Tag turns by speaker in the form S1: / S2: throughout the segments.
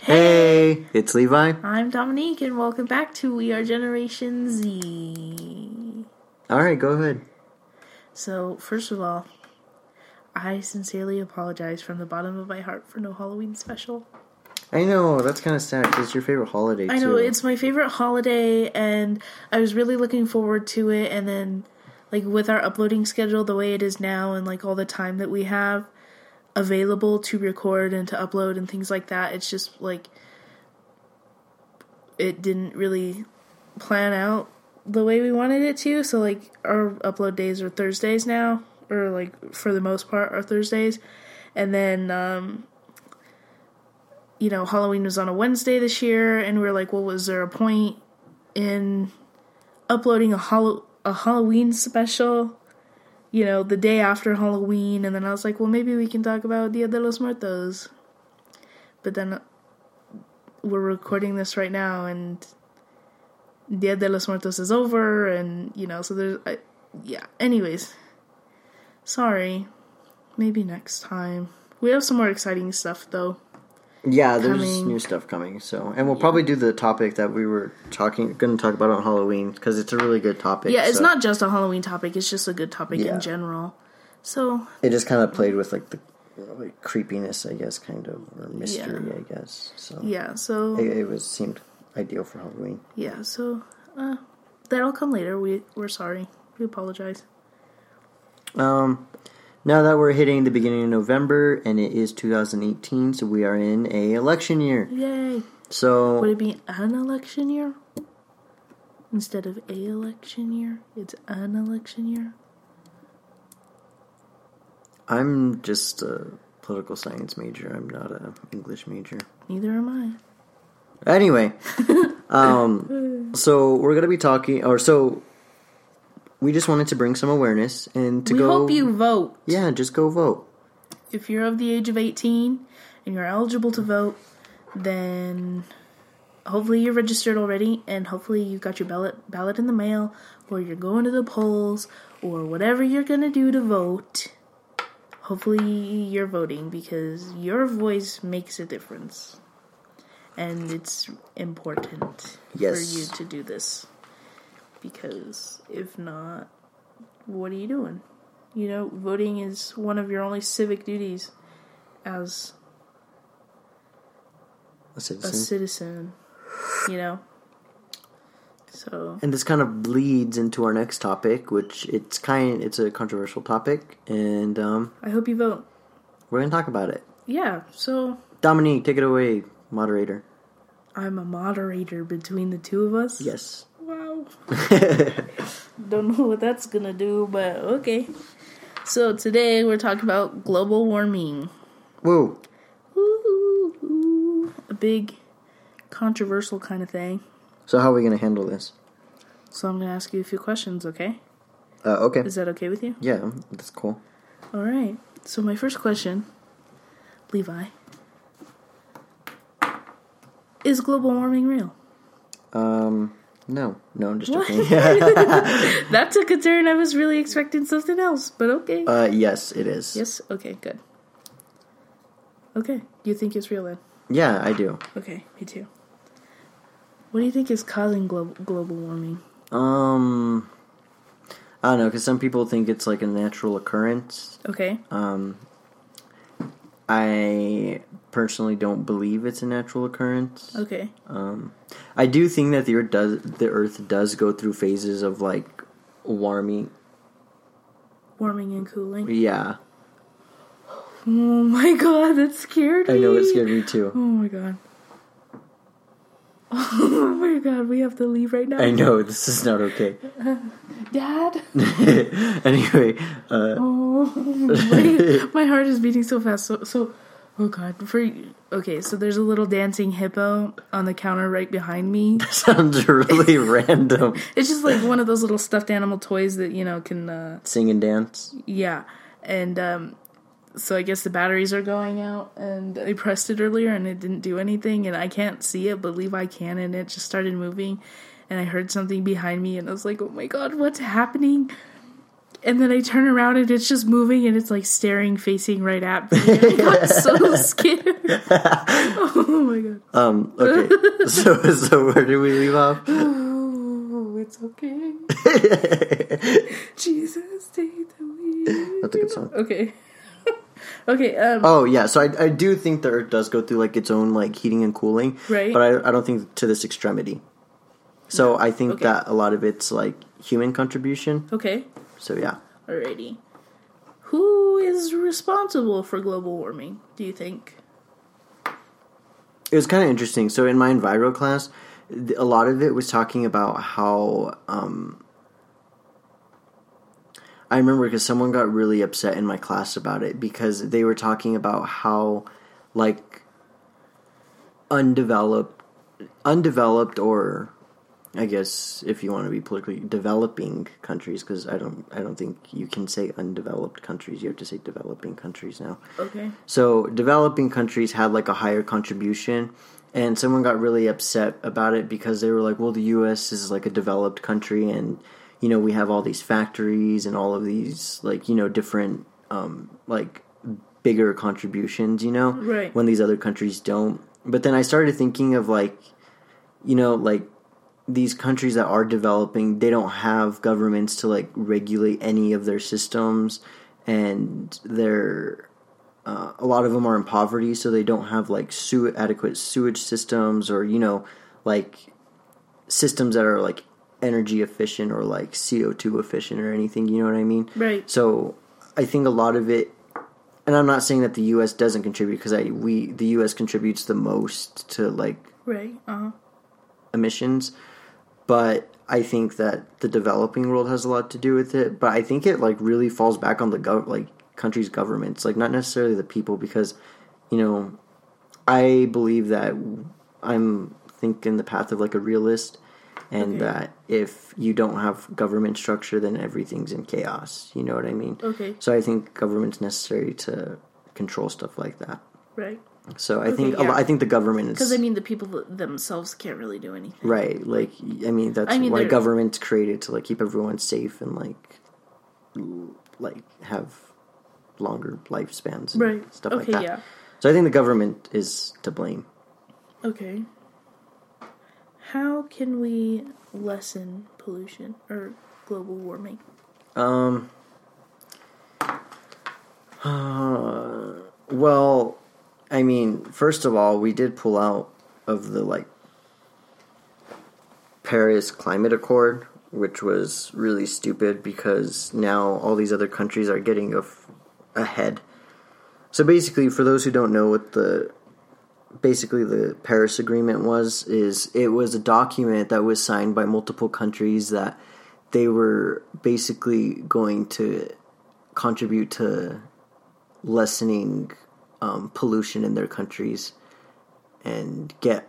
S1: Hey, it's Levi.
S2: I'm Dominique, and welcome back to We Are Generation Z.
S1: All right, go ahead.
S2: So, first of all, I sincerely apologize from the bottom of my heart for no Halloween special.
S1: I know that's kind of sad because it's your favorite holiday.
S2: I know
S1: too.
S2: it's my favorite holiday, and I was really looking forward to it. And then, like, with our uploading schedule the way it is now, and like all the time that we have available to record and to upload and things like that, it's just like it didn't really plan out the way we wanted it to. So, like, our upload days are Thursdays now, or like for the most part, are Thursdays. And then, um, you know, Halloween was on a Wednesday this year, and we are like, well, was there a point in uploading a Hall- a Halloween special? You know, the day after Halloween, and then I was like, well, maybe we can talk about Dia de los Muertos. But then uh, we're recording this right now, and Dia de los Muertos is over, and you know, so there's, I, yeah. Anyways, sorry. Maybe next time. We have some more exciting stuff though.
S1: yeah. There's
S2: coming.
S1: new stuff coming, so and we'll probably do the topic that we were talking, going to talk about on Halloween because it's a really good topic.
S2: Yeah, it's
S1: so
S2: not just a Halloween topic, it's just a good topic
S1: Yeah.
S2: in general. So,
S1: It just kind of played with like the like, creepiness, I guess, kind of or mystery, I guess. So
S2: yeah, so,
S1: it, it was seemed ideal for Halloween.
S2: yeah, so, uh, that'll come later. We, we're sorry. We apologize.
S1: Um, now that we're hitting the beginning of November and it is 2018, so we are in a election year.
S2: Yay!
S1: So
S2: Would it be an election year? Instead of a election year, it's an election year?
S1: I'm just a political science major. I'm not a English major.
S2: Neither am I.
S1: Anyway, um, so we're gonna be talking, or so we just wanted to bring some awareness and to
S2: we
S1: go.
S2: hope you vote.
S1: Yeah, just go vote.
S2: If you're of the age of 18 and you're eligible to vote, then hopefully you're registered already and hopefully you've got your ballot ballot in the mail or you're going to the polls or whatever you're going to do to vote. Hopefully you're voting because your voice makes a difference. And it's important
S1: Yes.
S2: for you to do this because if not, what are you doing? You know, voting is one of your only civic duties as
S1: A
S2: a
S1: citizen.
S2: citizen, you know? So,
S1: and this kind of leads into our next topic, which it's kind, it's a controversial topic, and um,
S2: I hope you vote.
S1: we're gonna talk about it.
S2: Yeah, so
S1: Dominique, take it away, moderator.
S2: I'm a moderator between the two of us.
S1: Yes.
S2: Wow. Don't know what that's gonna do, but okay. So, today we're talking about global warming.
S1: Whoa.
S2: Woo! A big controversial kind of thing.
S1: So how are we gonna handle this?
S2: So, I'm gonna ask you a few questions, okay?
S1: Uh, okay.
S2: Is that okay with you?
S1: Yeah, that's cool.
S2: All right. So my first question, Levi, is global warming real?
S1: Um, no, no, I'm just
S2: What?
S1: joking.
S2: That took a turn. I was really expecting something else, but okay.
S1: Uh, yes, it is.
S2: yes. Okay. Good. Okay. You think it's real then?
S1: Yeah, I do.
S2: Okay. Me too. What do you think is causing glo- global warming?
S1: Um, I don't know, because some people think it's like a natural occurrence.
S2: Okay.
S1: Um, I personally don't believe it's a natural occurrence.
S2: Okay.
S1: Um, I do think that the earth does the Earth does go through phases of like warming.
S2: Warming and cooling.
S1: Yeah,
S2: Oh my god, that scared me.
S1: I know it scared me too.
S2: Oh my god. Oh my god, we have to leave right now.
S1: I know this is not okay.
S2: Dad?
S1: anyway, uh,
S2: Oh, my, my heart is beating so fast. So, so oh god. For okay, so there's a little dancing hippo on the counter right behind me.
S1: sounds really random.
S2: It's just like one of those little stuffed animal toys that you know can, uh,
S1: Sing and dance.
S2: yeah. And um, so I guess the batteries are going out, and I pressed it earlier, and it didn't do anything, and I can't see it, but Levi can, and it just started moving, and I heard something behind me, and I was like, oh my god, what's happening? And then I turn around and it's just moving and it's like staring, facing right at me. And I got so scared. oh my god.
S1: Um, okay. so, so where do we leave off?
S2: Oh, it's okay. Jesus, take the wheel.
S1: That's a good song.
S2: Okay. okay. Um.
S1: Oh yeah, so I, I do think the Earth does go through like its own like heating and cooling,
S2: Right.
S1: But I, I don't think to this extremity. So I think
S2: Okay.
S1: that a lot of it's like human contribution.
S2: Okay.
S1: So yeah,
S2: Alrighty. Who is responsible for global warming? Do you think?
S1: it was kind of interesting. So in my enviro class, th- a lot of it was talking about how um, I remember because someone got really upset in my class about it because they were talking about how like undeveloped, undeveloped or I guess if you want to be politically developing countries because I don't I don't think you can say undeveloped countries you have to say developing countries now.
S2: Okay.
S1: So developing countries had like a higher contribution, and someone got really upset about it because they were like, "Well, the U.S. is like a developed country, and you know we have all these factories and all of these like you know different um, like bigger contributions, you know,
S2: Right.
S1: when these other countries don't." But then I started thinking of like, you know, like these countries that are developing, they don't have governments to like regulate any of their systems, and they're uh, a lot of them are in poverty, so they don't have like sew- adequate sewage systems or you know like systems that are like energy efficient or like CO two efficient or anything. You know what I mean?
S2: Right.
S1: So I think a lot of it, and I'm not saying that the U.S. doesn't contribute because I we the U.S. contributes the most to like
S2: Right. Uh huh.
S1: emissions but i think that the developing world has a lot to do with it but i think it like really falls back on the gov like countries governments like not necessarily the people because you know i believe that i'm thinking the path of like a realist and
S2: Okay.
S1: that if you don't have government structure then everything's in chaos you know what i mean
S2: Okay.
S1: so i think government's necessary to control stuff like that
S2: Right.
S1: so i think a
S2: yeah.
S1: lo- i think the government is
S2: Because I mean, the people themselves can't really do anything.
S1: Right. Like I mean that's
S2: I mean,
S1: why
S2: they're-
S1: government's created to like keep everyone safe and like l- like have longer lifespans and
S2: Right.
S1: stuff
S2: okay.
S1: like that.
S2: yeah.
S1: So I think the government is to blame.
S2: Okay. How can we lessen pollution or global warming?
S1: Um uh, well, I mean, first of all, we did pull out of the like Paris Climate Accord, which was really stupid because now all these other countries are getting af- ahead. So basically, for those who don't know what the basically the Paris Agreement was, is it was a document that was signed by multiple countries that they were basically going to contribute to lessening um, pollution in their countries and get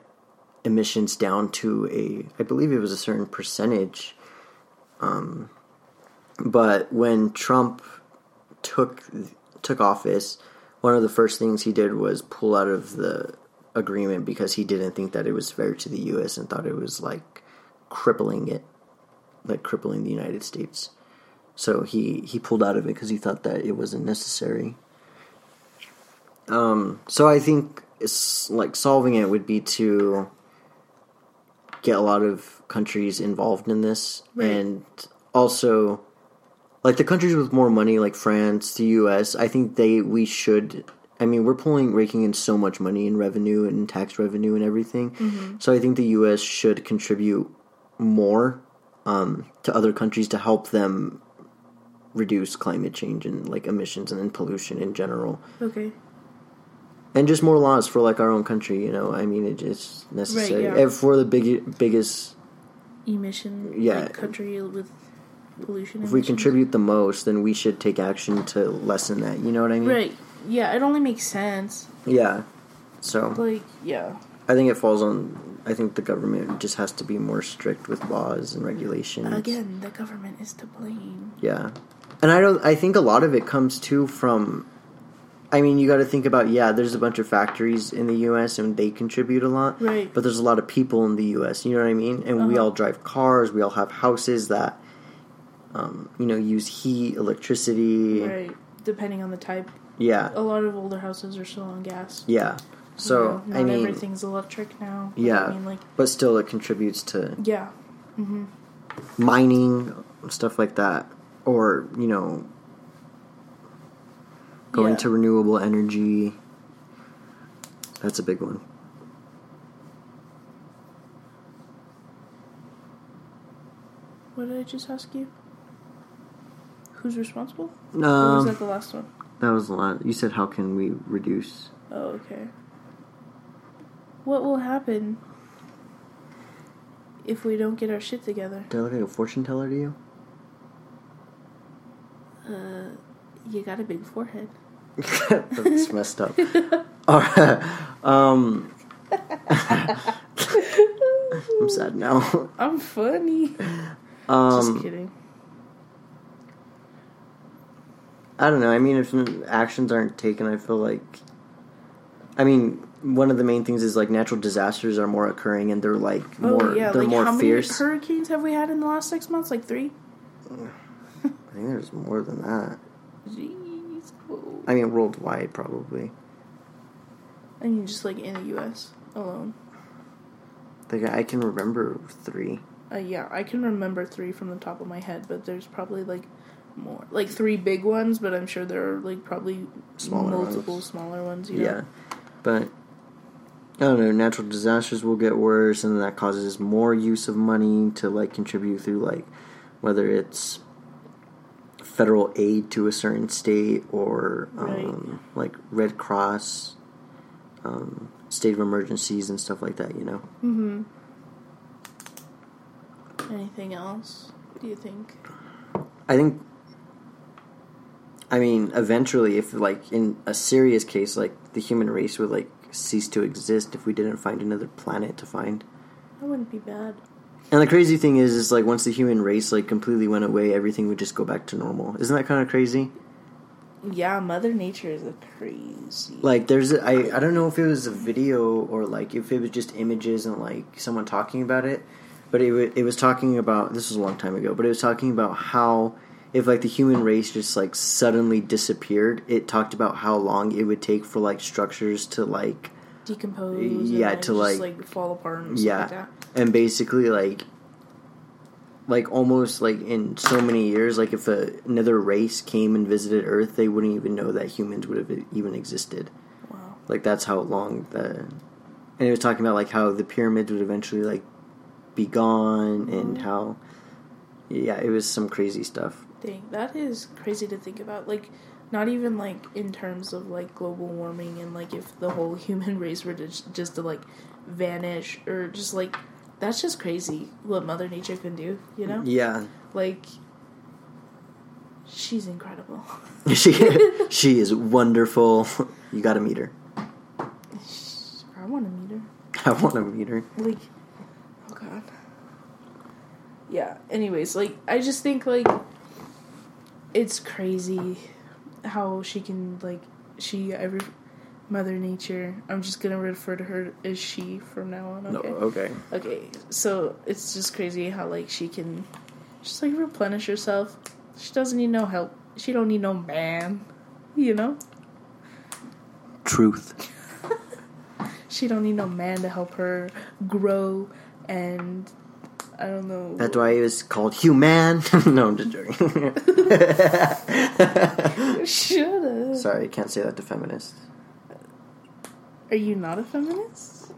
S1: emissions down to a I believe it was a certain percentage. Um, but when Trump took took office, one of the first things he did was pull out of the agreement because he didn't think that it was fair to the U.S. and thought it was like crippling it, like crippling the United States. So he he pulled out of it because he thought that it wasn't necessary. Um, so I think it's like solving it would be to get a lot of countries involved in this
S2: Right.
S1: and also like the countries with more money like France, the US, I think they we should I mean, we're pulling raking in so much money in revenue and tax revenue and everything. So I think the US should contribute more um, to other countries to help them reduce climate change and like emissions and pollution in general
S2: Okay.
S1: and just more laws for like our own country. You know, I mean, it, it's necessary
S2: yeah.
S1: if we're the big, biggest.
S2: Emission. like,
S1: Yeah.
S2: country with pollution.
S1: If we
S2: emissions.
S1: contribute the most, then we should take action to lessen that. You know what I mean?
S2: Right. Yeah. It only makes sense.
S1: Yeah. So
S2: Like. Yeah.
S1: I think it falls on. I think the government just has to be more strict with laws and regulations.
S2: Again, the government is to blame.
S1: Yeah. And I don't I think a lot of it comes too from I mean, you got to think about yeah, there's a bunch of factories in the US and they contribute a lot.
S2: Right.
S1: But there's a lot of people in the US, you know what I mean? And we
S2: Uh-huh.
S1: all drive cars, we all have houses that um, you know, use heat, electricity.
S2: Right. Depending on the type,
S1: Yeah.
S2: a lot of older houses are still on gas.
S1: Yeah. So
S2: you know,
S1: I
S2: not
S1: mean,
S2: everything's electric now. But
S1: yeah,
S2: I mean, like,
S1: but still, it contributes to
S2: yeah, mm-hmm.
S1: mining stuff like that, or you know, going
S2: Yeah.
S1: to renewable energy. That's a big one.
S2: What did I just ask you? Who's responsible? or was
S1: Um,
S2: that the last one?
S1: that was a lot. You said, "How can we reduce?"
S2: Oh, okay. What will happen if we don't get our shit together?
S1: Did I look like a fortune teller to you?
S2: Uh, you got a big forehead.
S1: That's messed up. All right. Um, I'm sad now.
S2: I'm funny. Just
S1: Um,
S2: kidding.
S1: I don't know. I mean, if actions aren't taken, I feel like. I mean, one of the main things is like natural disasters are more occurring and they're like more
S2: oh yeah,
S1: they're
S2: like
S1: more
S2: how
S1: fierce.
S2: many hurricanes have we had in the last six months? Like three.
S1: I think there's more than that.
S2: Jeez. Whoa.
S1: I mean, worldwide probably.
S2: I mean, just like in the U.S. alone.
S1: Like I can remember three.
S2: Uh, yeah, I can remember three from the top of my head, but there's probably like more, like three big ones, but I'm sure there are like probably
S1: Smaller
S2: multiple
S1: ones.
S2: smaller ones. You
S1: Yeah.
S2: know?
S1: But I don't know, natural disasters will get worse and that causes more use of money to like contribute through like whether it's federal aid to a certain state or um, like Red Cross um, state of emergencies and stuff like that, you know.
S2: Mm-hmm. Anything else? Do you think?
S1: I think I mean eventually if like in a serious case like the human race would like cease to exist if we didn't find another planet to find.
S2: That wouldn't be bad.
S1: And the crazy thing is, is like once the human race like completely went away, everything would just go back to normal. Isn't that kind of crazy?
S2: Yeah, Mother Nature is a crazy.
S1: Like, there's a, I I don't know if it was a video or like if it was just images and like someone talking about it, but it wa- it was talking about this was a long time ago, but it was talking about how if like the human race just like suddenly disappeared, it talked about how long it would take for like structures to like
S2: decompose.
S1: yeah,
S2: and, like,
S1: to,
S2: just,
S1: like-
S2: like fall apart. And
S1: yeah
S2: yeah. Stuff like that.
S1: and basically like like almost like in so many years like if a, another race came and visited earth they wouldn't even know that humans would have e, even existed
S2: Wow.
S1: like that's how long the and it was talking about like how the pyramids would eventually like be gone and
S2: Mm-hmm.
S1: how yeah it was some crazy stuff
S2: Dang, that is crazy to think about. Like, not even like in terms of like global warming and like if the whole human race were to just, just to like vanish or just like that's just crazy what Mother Nature can do. You know,
S1: yeah
S2: like she's incredible.
S1: she she is wonderful you gotta meet her
S2: I want to meet her.
S1: i want to meet her
S2: like oh god yeah anyways like i just think like it's crazy how she can like she every mother nature i'm just gonna refer to her as she from now on okay
S1: okay
S2: okay so it's just crazy how like she can just like replenish herself she doesn't need no help she don't need no man you know
S1: truth
S2: she don't need no man to help her grow and i don't know
S1: That's why it was called Human. no, I'm just joking.
S2: Shut up.
S1: Sorry, I can't say that to feminists.
S2: Are you not a feminist?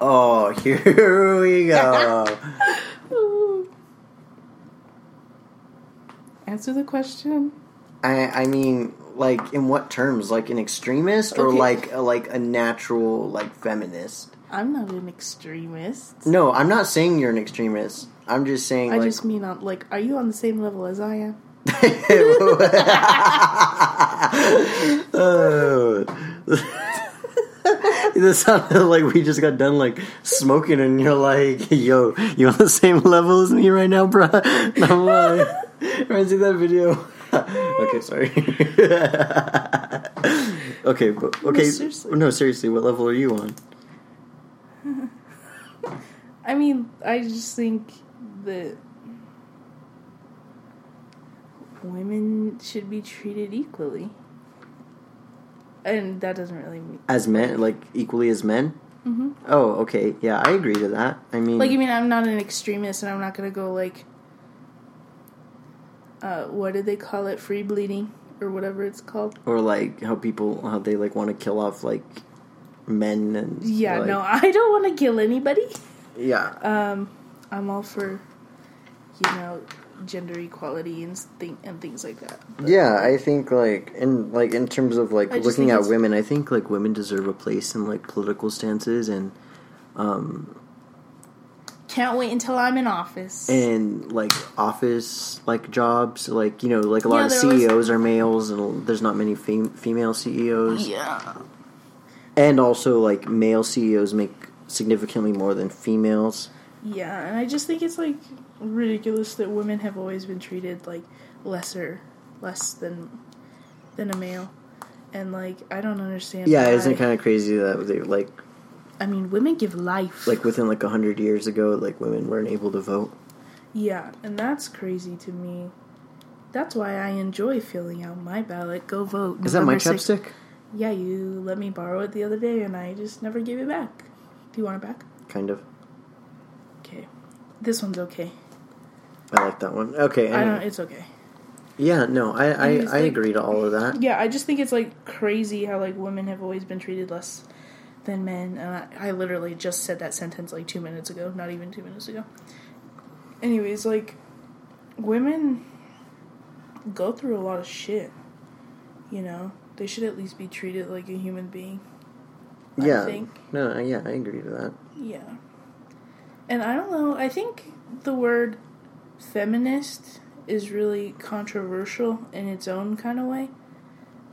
S1: Oh, here we go.
S2: Ooh. Answer the question.
S1: I I mean, like in what terms? Like an extremist or
S2: Okay.
S1: like a, like a natural like feminist?
S2: I'm not an extremist.
S1: No, I'm not saying you're an extremist. I'm just saying
S2: I
S1: Mm, like
S2: just mean, on, like, are you on the same level as I am?
S1: Oh. this sounded like we just got done like smoking, and you're like, "Yo, you on the same level as me right now, bruh?" And I'm like, "Reminds me of that video." okay, sorry. okay, but okay,
S2: seriously.
S1: no, seriously, what level are you on?
S2: I mean, I just think that women should be treated equally. and that doesn't really mean
S1: as men, like equally as men. Mm-hmm. Oh, okay, yeah, I agree to that. I mean,
S2: like I mean I'm not an extremist and I'm not gonna go like uh, what did they call it free bleeding or whatever it's called
S1: or like how people how they like want to kill off like men and
S2: yeah
S1: like-
S2: no I don't want to kill anybody
S1: yeah
S2: um I'm all for you know gender equality and thing and things like that
S1: Yeah, I think like in like in terms of like
S2: I just
S1: looking
S2: think
S1: at
S2: it's-
S1: women, I think like women deserve a place in like political stances and um,
S2: can't wait until I'm in office
S1: and like office like jobs, like you know, like a lot
S2: Yeah,
S1: of
S2: there was-
S1: CEOs are males and there's not many fem- female CEOs.
S2: yeah
S1: And also like male CEOs make significantly more than females.
S2: Yeah, and I just think it's like ridiculous that women have always been treated like lesser, less than than a male, and like I don't understand.
S1: Yeah,
S2: why.
S1: isn't it kind of crazy that they like
S2: I mean, women give life.
S1: like within like 100 years ago like women weren't able to vote.
S2: yeah, and that's crazy to me. That's why I enjoy filling out my ballot. Go vote.
S1: Is that my
S2: November sixth.
S1: chapstick?
S2: Yeah, you let me borrow it the other day, and I just never gave it back. Do you want it back?
S1: Kind of.
S2: Okay, this one's okay.
S1: I like that one. Okay.
S2: I
S1: anyway.
S2: don't. It's okay.
S1: Yeah, no, I I,
S2: You just
S1: I
S2: think-
S1: agree to all of that.
S2: Yeah, I just think it's like crazy how like women have always been treated less than men. And I, I literally just said that sentence like two minutes ago, not even two minutes ago. Anyways, like women go through a lot of shit. You know, they should at least be treated like a human being. I
S1: Yeah.
S2: think.
S1: No, I- yeah, I agree to that.
S2: Yeah. And I don't know, I think the word feminist is really controversial in its own kind of way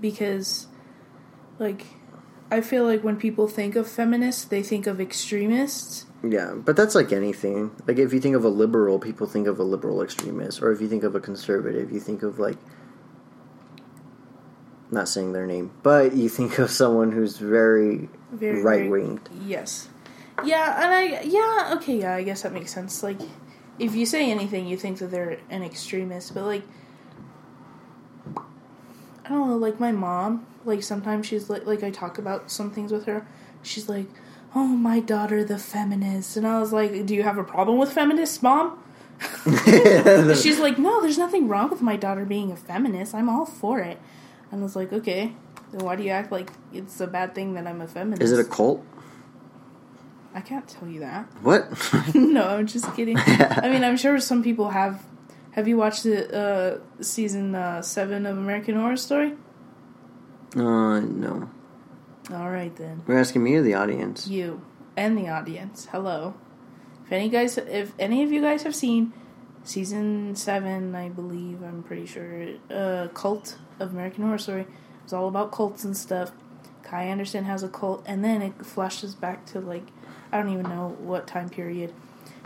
S2: because like I feel like when people think of feminists, they think of extremists.
S1: Yeah, but that's like anything. Like if you think of a liberal, people think of a liberal extremist, or if you think of a conservative, you think of like not saying their name, but you think of someone who's very,
S2: Very
S1: right winged.
S2: very- Yes. Yeah, and I yeah, okay, yeah, I guess that makes sense. Like if you say anything, you think that they're an extremist, but like I don't know, like my mom, like sometimes she's like like I talk about some things with her. She's like, "Oh, my daughter the feminist." And I was like, "Do you have a problem with feminists, mom?" She's like, "No, there's nothing wrong with my daughter being a feminist. I'm all for it." And I was like, "Okay, then why do you act like it's a bad thing that I'm a feminist?"
S1: Is it a cult?
S2: I can't tell you that.
S1: What?
S2: no, I'm just kidding. I mean, I'm sure some people have. Have you watched the uh, season uh, seven of American Horror Story?
S1: uh, no.
S2: All right then,
S1: You're asking me or the audience?
S2: you and the audience. Hello. If any guys, if any of you guys have seen season seven, I believe I'm pretty sure, uh, cult of American Horror Story. It's all about cults and stuff. Kai Anderson has a cult, and then it flashes back to like I don't even know what time period.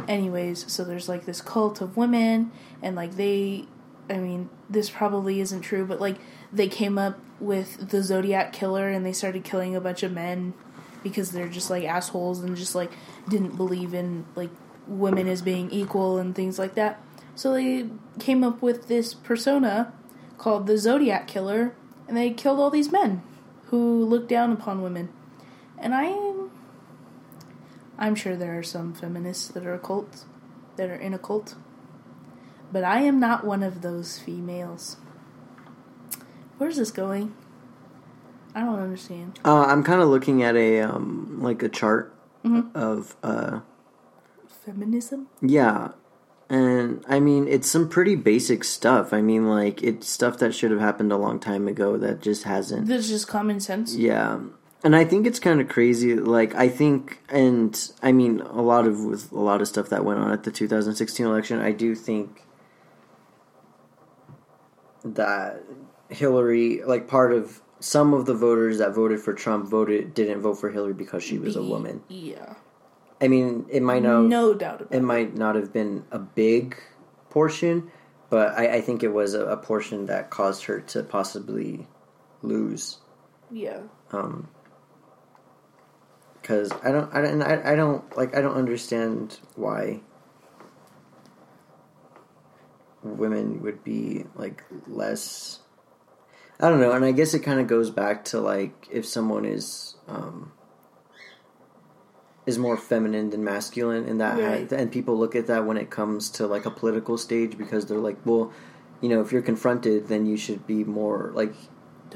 S2: Anyways, so there's like this cult of women, and like they, I mean, this probably isn't true, but like they came up with the Zodiac killer, and they started killing a bunch of men because they're just like assholes and just like didn't believe in like women as being equal and things like that. So they came up with this persona called the Zodiac Killer, and they killed all these men who looked down upon women. And I, I'm sure there are some feminists that are a cult, that are in a cult, but I am not one of those females. Where's this going? I don't understand.
S1: Uh, I'm kind of looking at a um, like a chart of uh,
S2: Mm-hmm. Feminism?
S1: Yeah. And I mean, it's some pretty basic stuff. I mean, like, it's stuff that should have happened a long time ago that just hasn't.
S2: This is just common sense.
S1: Yeah. And I think it's kind of crazy. Like, I think, and I mean, a lot of, with a lot of stuff that went on at the 2016 election, I do think that Hillary, like, part of some of the voters that voted for Trump voted, didn't vote for Hillary because she was a woman.
S2: Yeah.
S1: I mean, it might not
S2: No doubt about
S1: it might not have been a big portion, but I, I think it was a, a portion that caused her to possibly lose.
S2: it. Yeah.
S1: Because Um, I don't, I don't, I, I don't like, I don't understand why women would be like less. I don't know, and I guess it kind of goes back to like if someone is um, is more feminine than masculine, and that
S2: Right.
S1: and people look at that when it comes to like a political stage because they're like, well, you know, if you're confronted, then you should be more like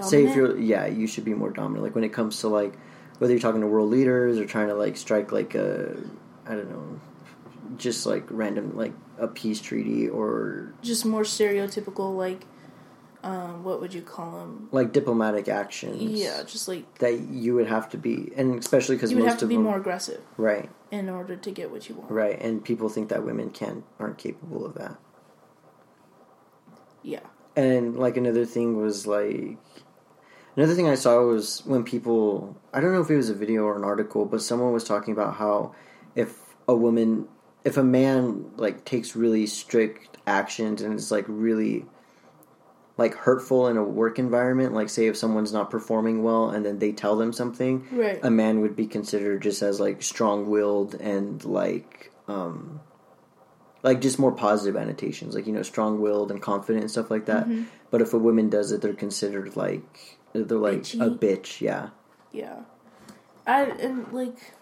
S1: say if you're
S2: Dominant?
S1: yeah, you should be more dominant. Like when it comes to like whether you're talking to world leaders or trying to like strike like a I don't know, just like random like a peace treaty or
S2: Just more stereotypical, like, um, what would you call them?
S1: like diplomatic actions.
S2: Yeah, just like
S1: that you would have to be, and especially because
S2: you would
S1: most
S2: have to
S1: of
S2: be
S1: them,
S2: more aggressive
S1: right,
S2: in order to get what you want.
S1: right, and people think that women can't aren't capable of that.
S2: Yeah.
S1: And like another thing was like another thing I saw was when people I don't know if it was a video or an article, but someone was talking about how if a woman if a man like takes really strict actions and it's like really like hurtful in a work environment, like say if someone's not performing well and then they tell them something,
S2: Right.
S1: a man would be considered just as like strong-willed and like um like just more positive annotations like you know strong-willed and confident and stuff like that
S2: Mm-hmm.
S1: but if a woman does it they're considered like they're like a
S2: Bitchy.
S1: bitch yeah
S2: Yeah. I and like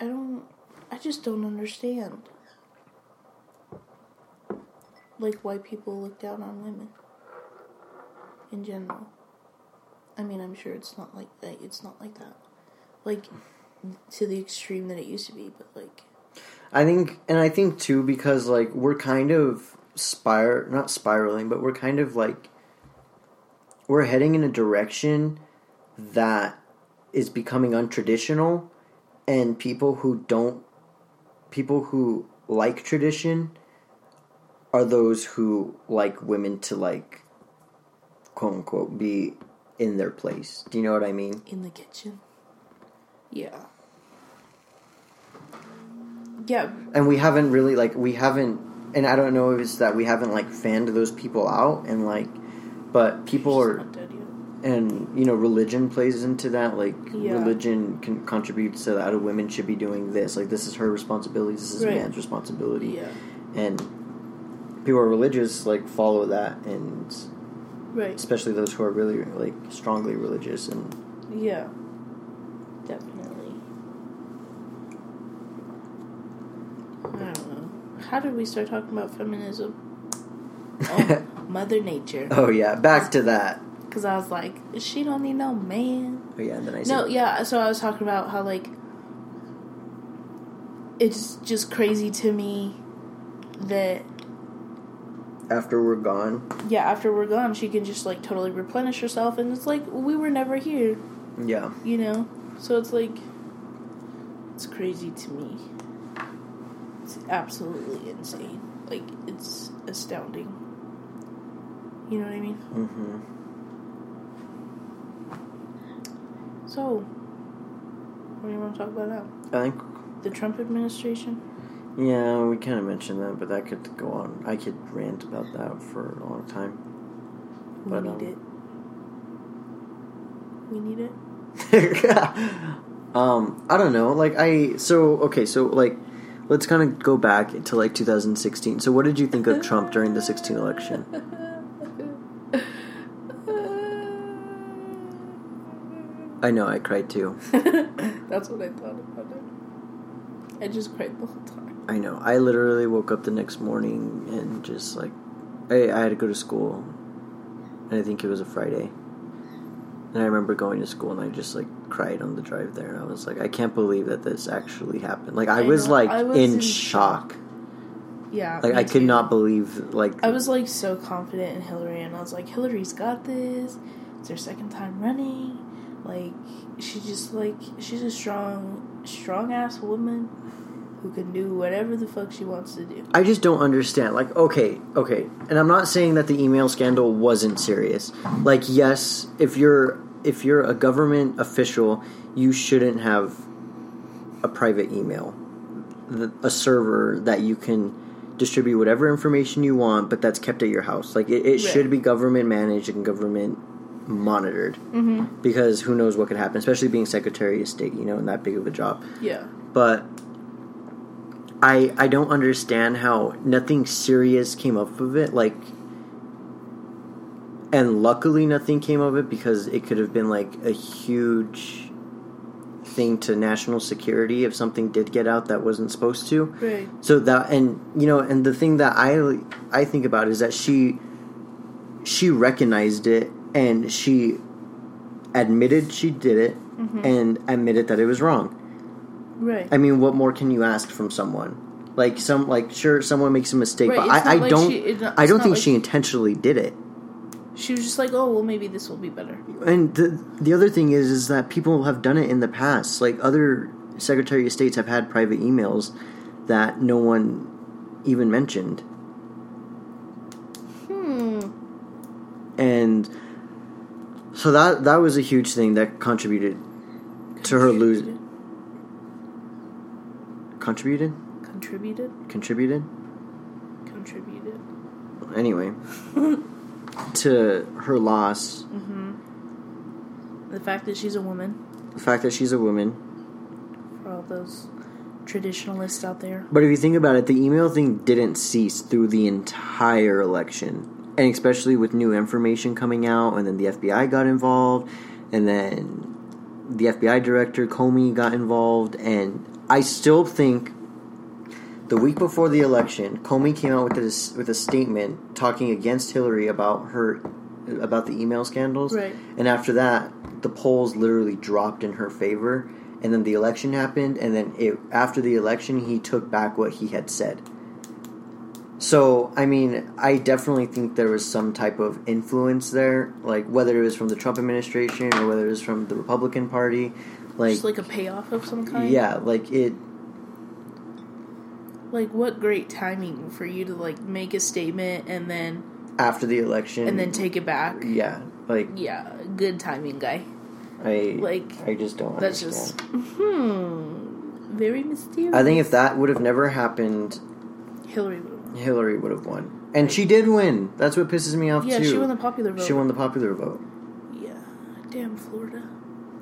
S2: I don't I just don't understand like why people look down on women in general. I mean, I'm sure it's not like that. It's not like that. Like to the extreme that it used to be, but like
S1: i think and i think too because like we're kind of spir not spiraling but we're kind of like we're heading in a direction that is becoming untraditional and people who don't people who like tradition are those who like women to like quote unquote be in their place do you know what i mean
S2: in the kitchen. Yeah. Yeah,
S1: and we haven't really like we haven't and i don't know if it's that we haven't like fanned those people out and like but people
S2: she's
S1: are
S2: not dead yet.
S1: and you know religion plays into that like
S2: Yeah.
S1: religion can contributes to that a woman should be doing this like this is her responsibility this is a
S2: Right.
S1: man's responsibility
S2: Yeah.
S1: and people who are religious like follow that and
S2: Right.
S1: especially those who are really like strongly religious and
S2: Yeah. Definitely. I don't know. How did we start talking about feminism? Oh, Mother Nature.
S1: oh yeah back to that
S2: Because I was like, she don't need no man.
S1: oh yeah and then i
S2: No,
S1: said
S2: yeah, so I was talking about how, like, it's just crazy to me that,
S1: after we're gone
S2: yeah, after we're gone, she can just, like, totally replenish herself. And it's like, we were never here.
S1: yeah
S2: you know so it's like it's crazy to me it's absolutely insane like it's astounding you know what i mean
S1: hmm
S2: so what do you want to talk about now
S1: i think
S2: the trump administration
S1: Yeah, we kind of mentioned that, but that could go on. I could rant about that for a long time.
S2: we
S1: But, um,
S2: need it we need it
S1: um, I don't know. Like I so okay, so like let's kind of go back to like 2016. So what did you think of Trump during the 16 election? I know I cried too.
S2: that's what i thought about it i just cried the whole time
S1: I know. I literally woke up the next morning and just like I I had to go to school. And I think it was a Friday. And I remember going to school and I just like cried on the drive there and I was like I can't believe that this actually happened. Like I,
S2: I
S1: was
S2: know.
S1: like
S2: I was
S1: in,
S2: in
S1: shock.
S2: yeah
S1: Like
S2: me
S1: I could
S2: too.
S1: not believe like
S2: I was like so confident in Hillary, and I was like, Hillary's got this. It's her second time running. Like she just like she's a strong, strong ass woman who can do whatever the fuck she wants to do.
S1: I just don't understand. Like, okay, okay, and I'm not saying that the email scandal wasn't serious. Like, yes, if you're if you're a government official, you shouldn't have a private email, th- a server that you can distribute whatever information you want, but that's kept at your house. Like, it, it should be government managed and government monitored
S2: Mm-hmm.
S1: because who knows what could happen, especially being Secretary of State, you know, in that big of a job
S2: Yeah,
S1: but I I don't understand how nothing serious came up of it. Like And luckily, nothing came of it because it could have been like a huge thing to national security if something did get out that wasn't supposed to.
S2: Right.
S1: So that and you know and the thing that I I think about is that she she recognized it and she admitted she did it and admitted that it was wrong.
S2: Right.
S1: I mean, what more can you ask from someone? Like some, like sure, someone makes a mistake,
S2: Right,
S1: but
S2: it's
S1: I, I
S2: not like
S1: don't,
S2: she- it's not-
S1: I
S2: it's
S1: don't
S2: not
S1: think
S2: like-
S1: she intentionally did it.
S2: she was just like, oh, well, maybe this will be better.
S1: And the the other thing is, is that people have done it in the past. Like other Secretary of States have had private emails that no one even mentioned,
S2: Hmm.
S1: and so that that was a huge thing that contributed to her losing. Contributed,
S2: Contributed?
S1: contributed.
S2: Contributed.
S1: Anyway, to her loss.
S2: The fact that she's a woman,
S1: the fact that she's a woman.
S2: for all those traditionalists out there.
S1: But if you think about it, the email thing didn't cease through the entire election. And especially with new information coming out, and then the FBI got involved, and then the FBI director, Comey, got involved. And I still think the week before the election, Comey came out with, this, with a statement talking against Hillary about her. About the email scandals,
S2: Right.
S1: and after that, the polls literally dropped in her favor. And then the election happened, and then it, after the election, he took back what he had said. So, I mean, I definitely think there was some type of influence there, like whether it was from the Trump administration or whether it was from the Republican Party. Like,
S2: Just like a payoff of some kind.
S1: yeah, like it.
S2: Like, what great timing for you to, like, make a statement and then.
S1: after the election
S2: And then take it back.
S1: yeah like
S2: Yeah, good timing, guy.
S1: i
S2: Like,
S1: i just don't
S2: That's
S1: understand.
S2: just hmm, very mysterious.
S1: i think if that would have never happened
S2: Hillary would.
S1: hillary would have won and she did win that's what pisses me off
S2: Yeah,
S1: too
S2: she won the popular vote.
S1: she won the popular vote
S2: Yeah, damn Florida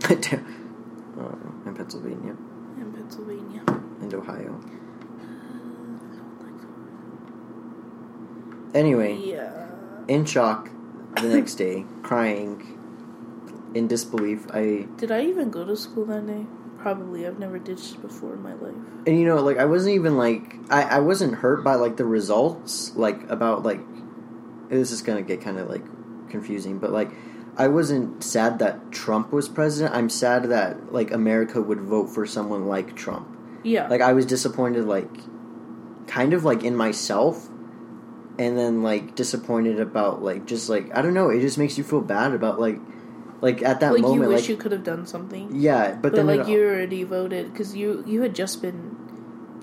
S1: Damn. Uh, and pennsylvania
S2: and Pennsylvania.
S1: and ohio
S2: Uh,
S1: anyway
S2: yeah,
S1: in shock the next day crying in disbelief i
S2: did I even go to school that day? Probably. I've never ditched before in my life.
S1: and you know like i wasn't even like i, I wasn't hurt by like the results like about like this is gonna get kind of like confusing but like i wasn't sad that trump was president i'm sad that like america would vote for someone like trump
S2: Yeah,
S1: like i was disappointed like kind of like in myself and then like disappointed about like just like i don't know it just makes you feel bad about like like at that
S2: like you
S1: moment
S2: wish
S1: like
S2: you could have done something,
S1: yeah but,
S2: but,
S1: then
S2: like
S1: it-
S2: you already voted because you you had just been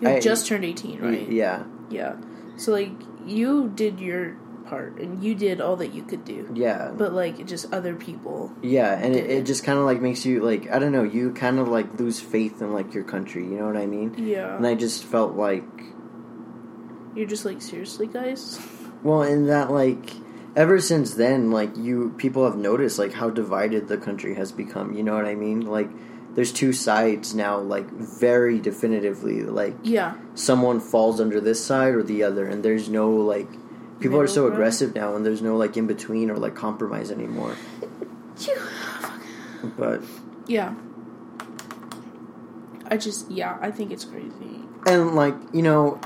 S2: you had
S1: I-
S2: just turned eighteen, right?
S1: yeah
S2: yeah. So like you did your part and you did all that you could do.
S1: yeah
S2: but like just other people.
S1: Yeah, and it, it just kind of like makes you like I don't know, you kind of like lose faith in like your country. You know what I mean?
S2: Yeah.
S1: And I just felt like,
S2: You're just like, seriously, guys?
S1: well, in that like ever since then, like you people have noticed like how divided the country has become. You know what I mean? Like there's two sides now, like very definitively. Like
S2: Yeah.
S1: someone falls under this side or the other, and there's no like people are
S2: Middle
S1: so
S2: ground.
S1: aggressive now, and there's no like in between or like compromise anymore. But
S2: Yeah. I just, yeah, I think it's crazy.
S1: and like you know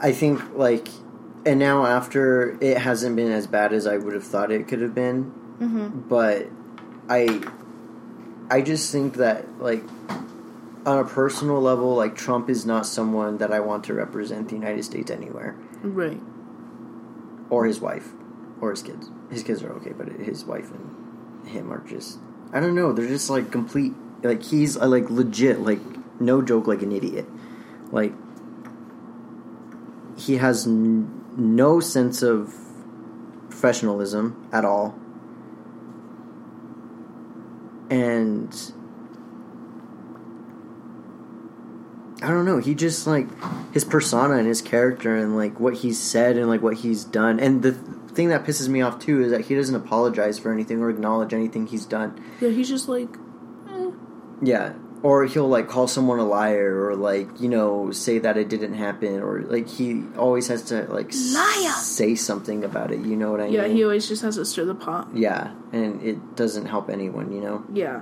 S1: i think like and now after it hasn't been as bad as i would have thought it could have been
S2: Mm-hmm.
S1: but i i just think that like on a personal level like trump is not someone that i want to represent the united states anywhere
S2: Right.
S1: or his wife or his kids his kids are okay but his wife and him are just i don't know they're just like complete like he's uh, like legit like no joke like an idiot like he has n- no sense of professionalism at all and I don't know. He just like his persona and his character and like what he's said and like what he's done. And the thing that pisses me off too is that he doesn't apologize for anything or acknowledge anything he's done.
S2: Yeah, he's just like, eh.
S1: Yeah, or he'll like call someone a liar or like you know say that it didn't happen or like he always has to like s-
S2: Liar.
S1: say something about it you know what i
S2: Yeah,
S1: mean
S2: he always just has to stir the pot.
S1: yeah and it doesn't help anyone you know
S2: Yeah.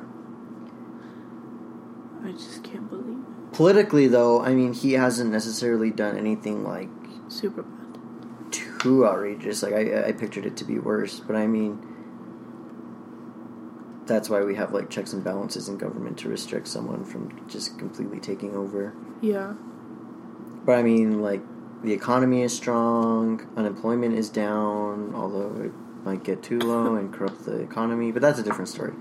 S2: I just can't believe it.
S1: politically though i mean he hasn't necessarily done anything like
S2: Super bad.
S1: too outrageous like i i pictured it to be worse but i mean that's why we have like checks and balances in government to restrict someone from just completely taking over
S2: Yeah.
S1: But I mean, like, the economy is strong, unemployment is down, although it might get too low and corrupt the economy, but that's a different story.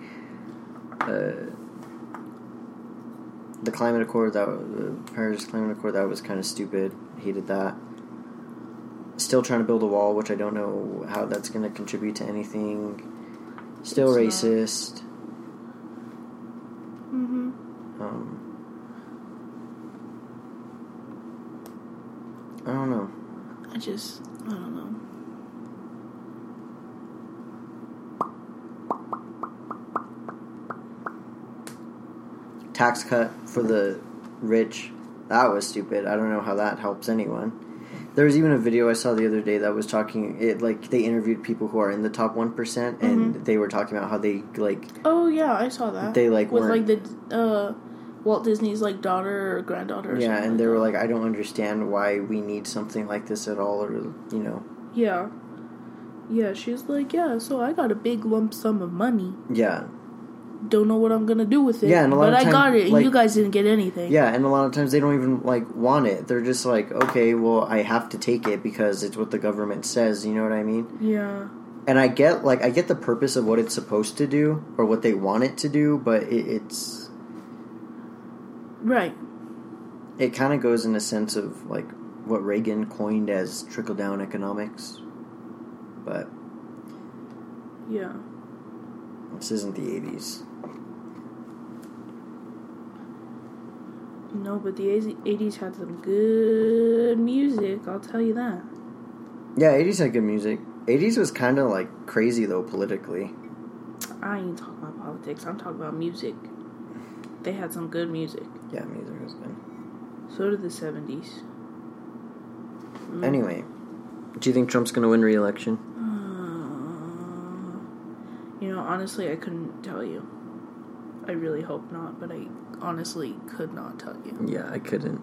S1: Uh, the climate accord, that the Paris climate accord, that was kind of stupid. Hated that. Still trying to build a wall, which I don't know how that's going to contribute to anything. Still
S2: It's not.
S1: racist.
S2: Mm-hmm.
S1: Um, I don't know.
S2: I just, I don't know.
S1: tax cut for the rich. That was stupid. I don't know how that helps anyone. There was even a video I saw the other day that was talking it like they interviewed people who are in the top one percent and they were talking about how they like
S2: Oh yeah, I saw that.
S1: They, like,
S2: with like
S1: weren't-
S2: the uh, Walt Disney's like daughter or granddaughter. Or
S1: yeah
S2: something
S1: and they were
S2: that.
S1: like I don't understand why we need something like this at all or you know
S2: yeah, yeah. She's like, yeah. So I got a big lump sum of money.
S1: yeah
S2: Don't know what I'm gonna do with it.
S1: Yeah, and a lot
S2: but
S1: of
S2: I
S1: time,
S2: got it, and
S1: like-
S2: you guys didn't get anything.
S1: yeah and a lot of times they don't even like want it they're just like okay well I have to take it because it's what the government says you know what I mean
S2: yeah,
S1: and I get like I get the purpose of what it's supposed to do or what they want it to do, but it, it's
S2: right.
S1: it kind of goes in a sense of like what Reagan coined as trickle down economics. But
S2: Yeah,
S1: this isn't the '80s.
S2: no, but the '80s had some good music. I'll tell you that.
S1: Yeah, '80s had good music. '80s was kind of like crazy though politically.
S2: I ain't talking about politics. I'm talking about music. They had some good music.
S1: Yeah, music was good.
S2: So did the '70s. Mm.
S1: Anyway, do you think Trump's gonna win re-election?
S2: Uh, you know, honestly, I couldn't tell you. I really hope not, but I honestly could not tell you.
S1: Yeah, I couldn't.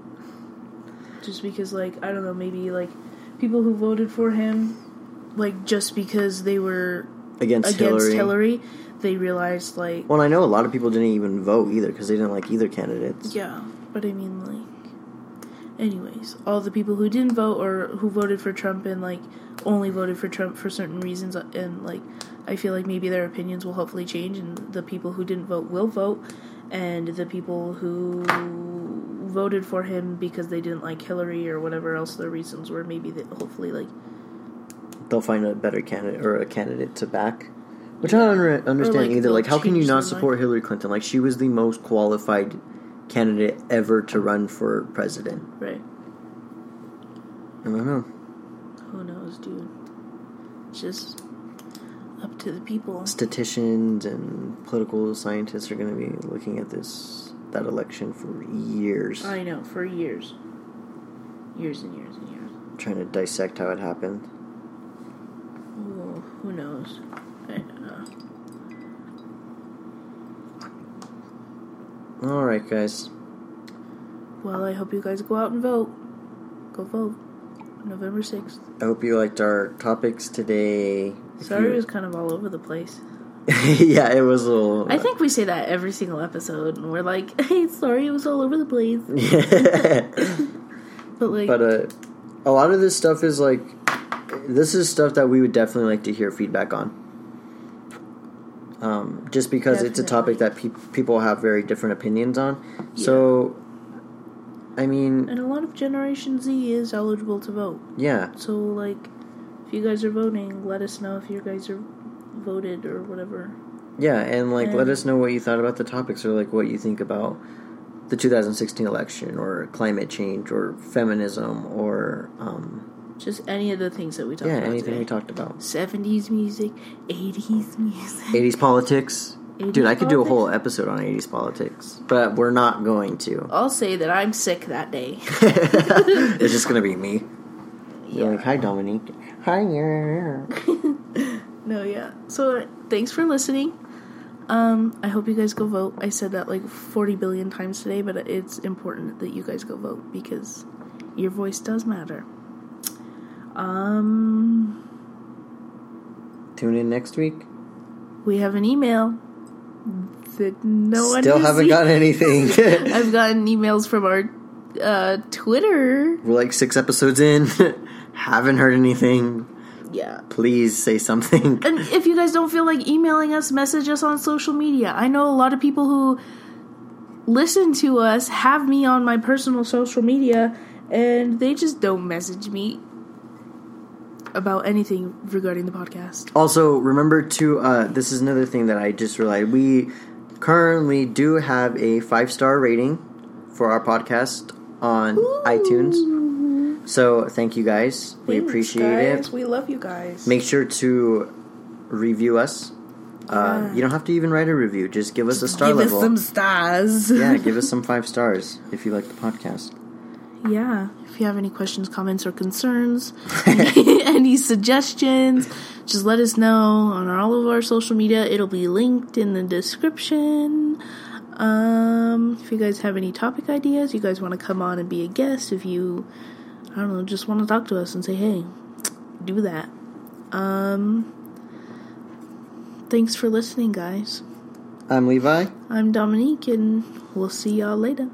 S2: Just because, like, I don't know, maybe, like, people who voted for him, like, just because they were
S1: Against,
S2: against
S1: Hillary.
S2: Hillary, they realized, like,
S1: Well, I know a lot of people didn't even vote either because they didn't like either candidates.
S2: yeah, but I mean, like, anyways, all the people who didn't vote or who voted for Trump and, like, only voted for Trump for certain reasons, uh, and, like, I feel like maybe their opinions will hopefully change, and the people who didn't vote will vote, and the people who voted for him because they didn't like Hillary or whatever else their reasons were, maybe that hopefully, like,
S1: they'll find a better candidate or a candidate to back. Which I don't under- understand
S2: like,
S1: either.
S2: they'll
S1: Like, how can you
S2: change their
S1: not support Hillary Clinton? Like, she was the most qualified candidate ever to run for president.
S2: right?
S1: I don't know.
S2: Who knows, dude? It's just up to the people.
S1: Statisticians and political scientists are going to be looking at this that election for years,
S2: I know, for years. Years and years and years.
S1: trying to dissect how it happened.
S2: Ooh, who knows? I uh, don't know.
S1: All right, guys.
S2: Well, I hope you guys go out and vote. Go vote. November 6th.
S1: I hope you liked our topics today. If
S2: Sorry,
S1: you-
S2: it was kind of all over the place.
S1: yeah, it was a little.
S2: I think we say that every single episode, and we're like, hey, sorry, it was all over the place. But, like,
S1: But uh, a lot of this stuff is like, this is stuff that we would definitely like to hear feedback on. Um, just because it's a topic that peop people have very different opinions on. So, I mean,
S2: and a lot of Generation Z is eligible to vote.
S1: yeah,
S2: So, like, if you guys are voting, let us know if you guys are voted or whatever.
S1: yeah, and like, let
S2: And-
S1: us know what you thought about the topics or like what you think about the 2016 election or climate change or feminism or um,
S2: Just any of the things that we talked
S1: yeah,
S2: about.
S1: anything
S2: today.
S1: we talked about.
S2: 70s music, 80s music.
S1: 80s politics. Dude, I could do a whole episode on 80s politics, but we're not going to.
S2: I'll say that I'm sick that day.
S1: It's just going to be me. You're like, hi, Dominique. Hi, yeah.
S2: No, yeah. So thanks for listening. Um, I hope you guys go vote. I said that like 40 billion times today, but it's important that you guys go vote because your voice does matter. Um,
S1: Tune in next week.
S2: we have an email that no one
S1: Still
S2: has
S1: haven't
S2: seen.
S1: got anything.
S2: I've gotten emails from our uh, Twitter.
S1: we're like six episodes in. haven't heard anything.
S2: Yeah.
S1: Please say something.
S2: And if you guys don't feel like emailing us, message us on social media. I know a lot of people who listen to us have me on my personal social media and they just don't message me about anything regarding the podcast.
S1: Also, remember to uh, this is another thing that I just realized. We currently do have a five star rating for our podcast on iTunes. So thank you guys. we
S2: Thanks,
S1: appreciate
S2: guys.
S1: it.
S2: We love you guys.
S1: Make sure to review us. Uh,
S2: Yeah.
S1: you don't have to even write a review. Just give us a star
S2: Give
S1: level.
S2: us some stars.
S1: yeah, give us some five stars if you like the podcast.
S2: Yeah. If you have any questions, comments, or concerns, any suggestions, just let us know on our- all of our social media. It'll be linked in the description. Um, if you guys have any topic ideas, you guys want to come on and be a guest, if you, I don't know, just want to talk to us and say, hey, do that. Um, thanks for listening, guys.
S1: I'm Levi.
S2: I'm Dominique, and we'll see y'all later.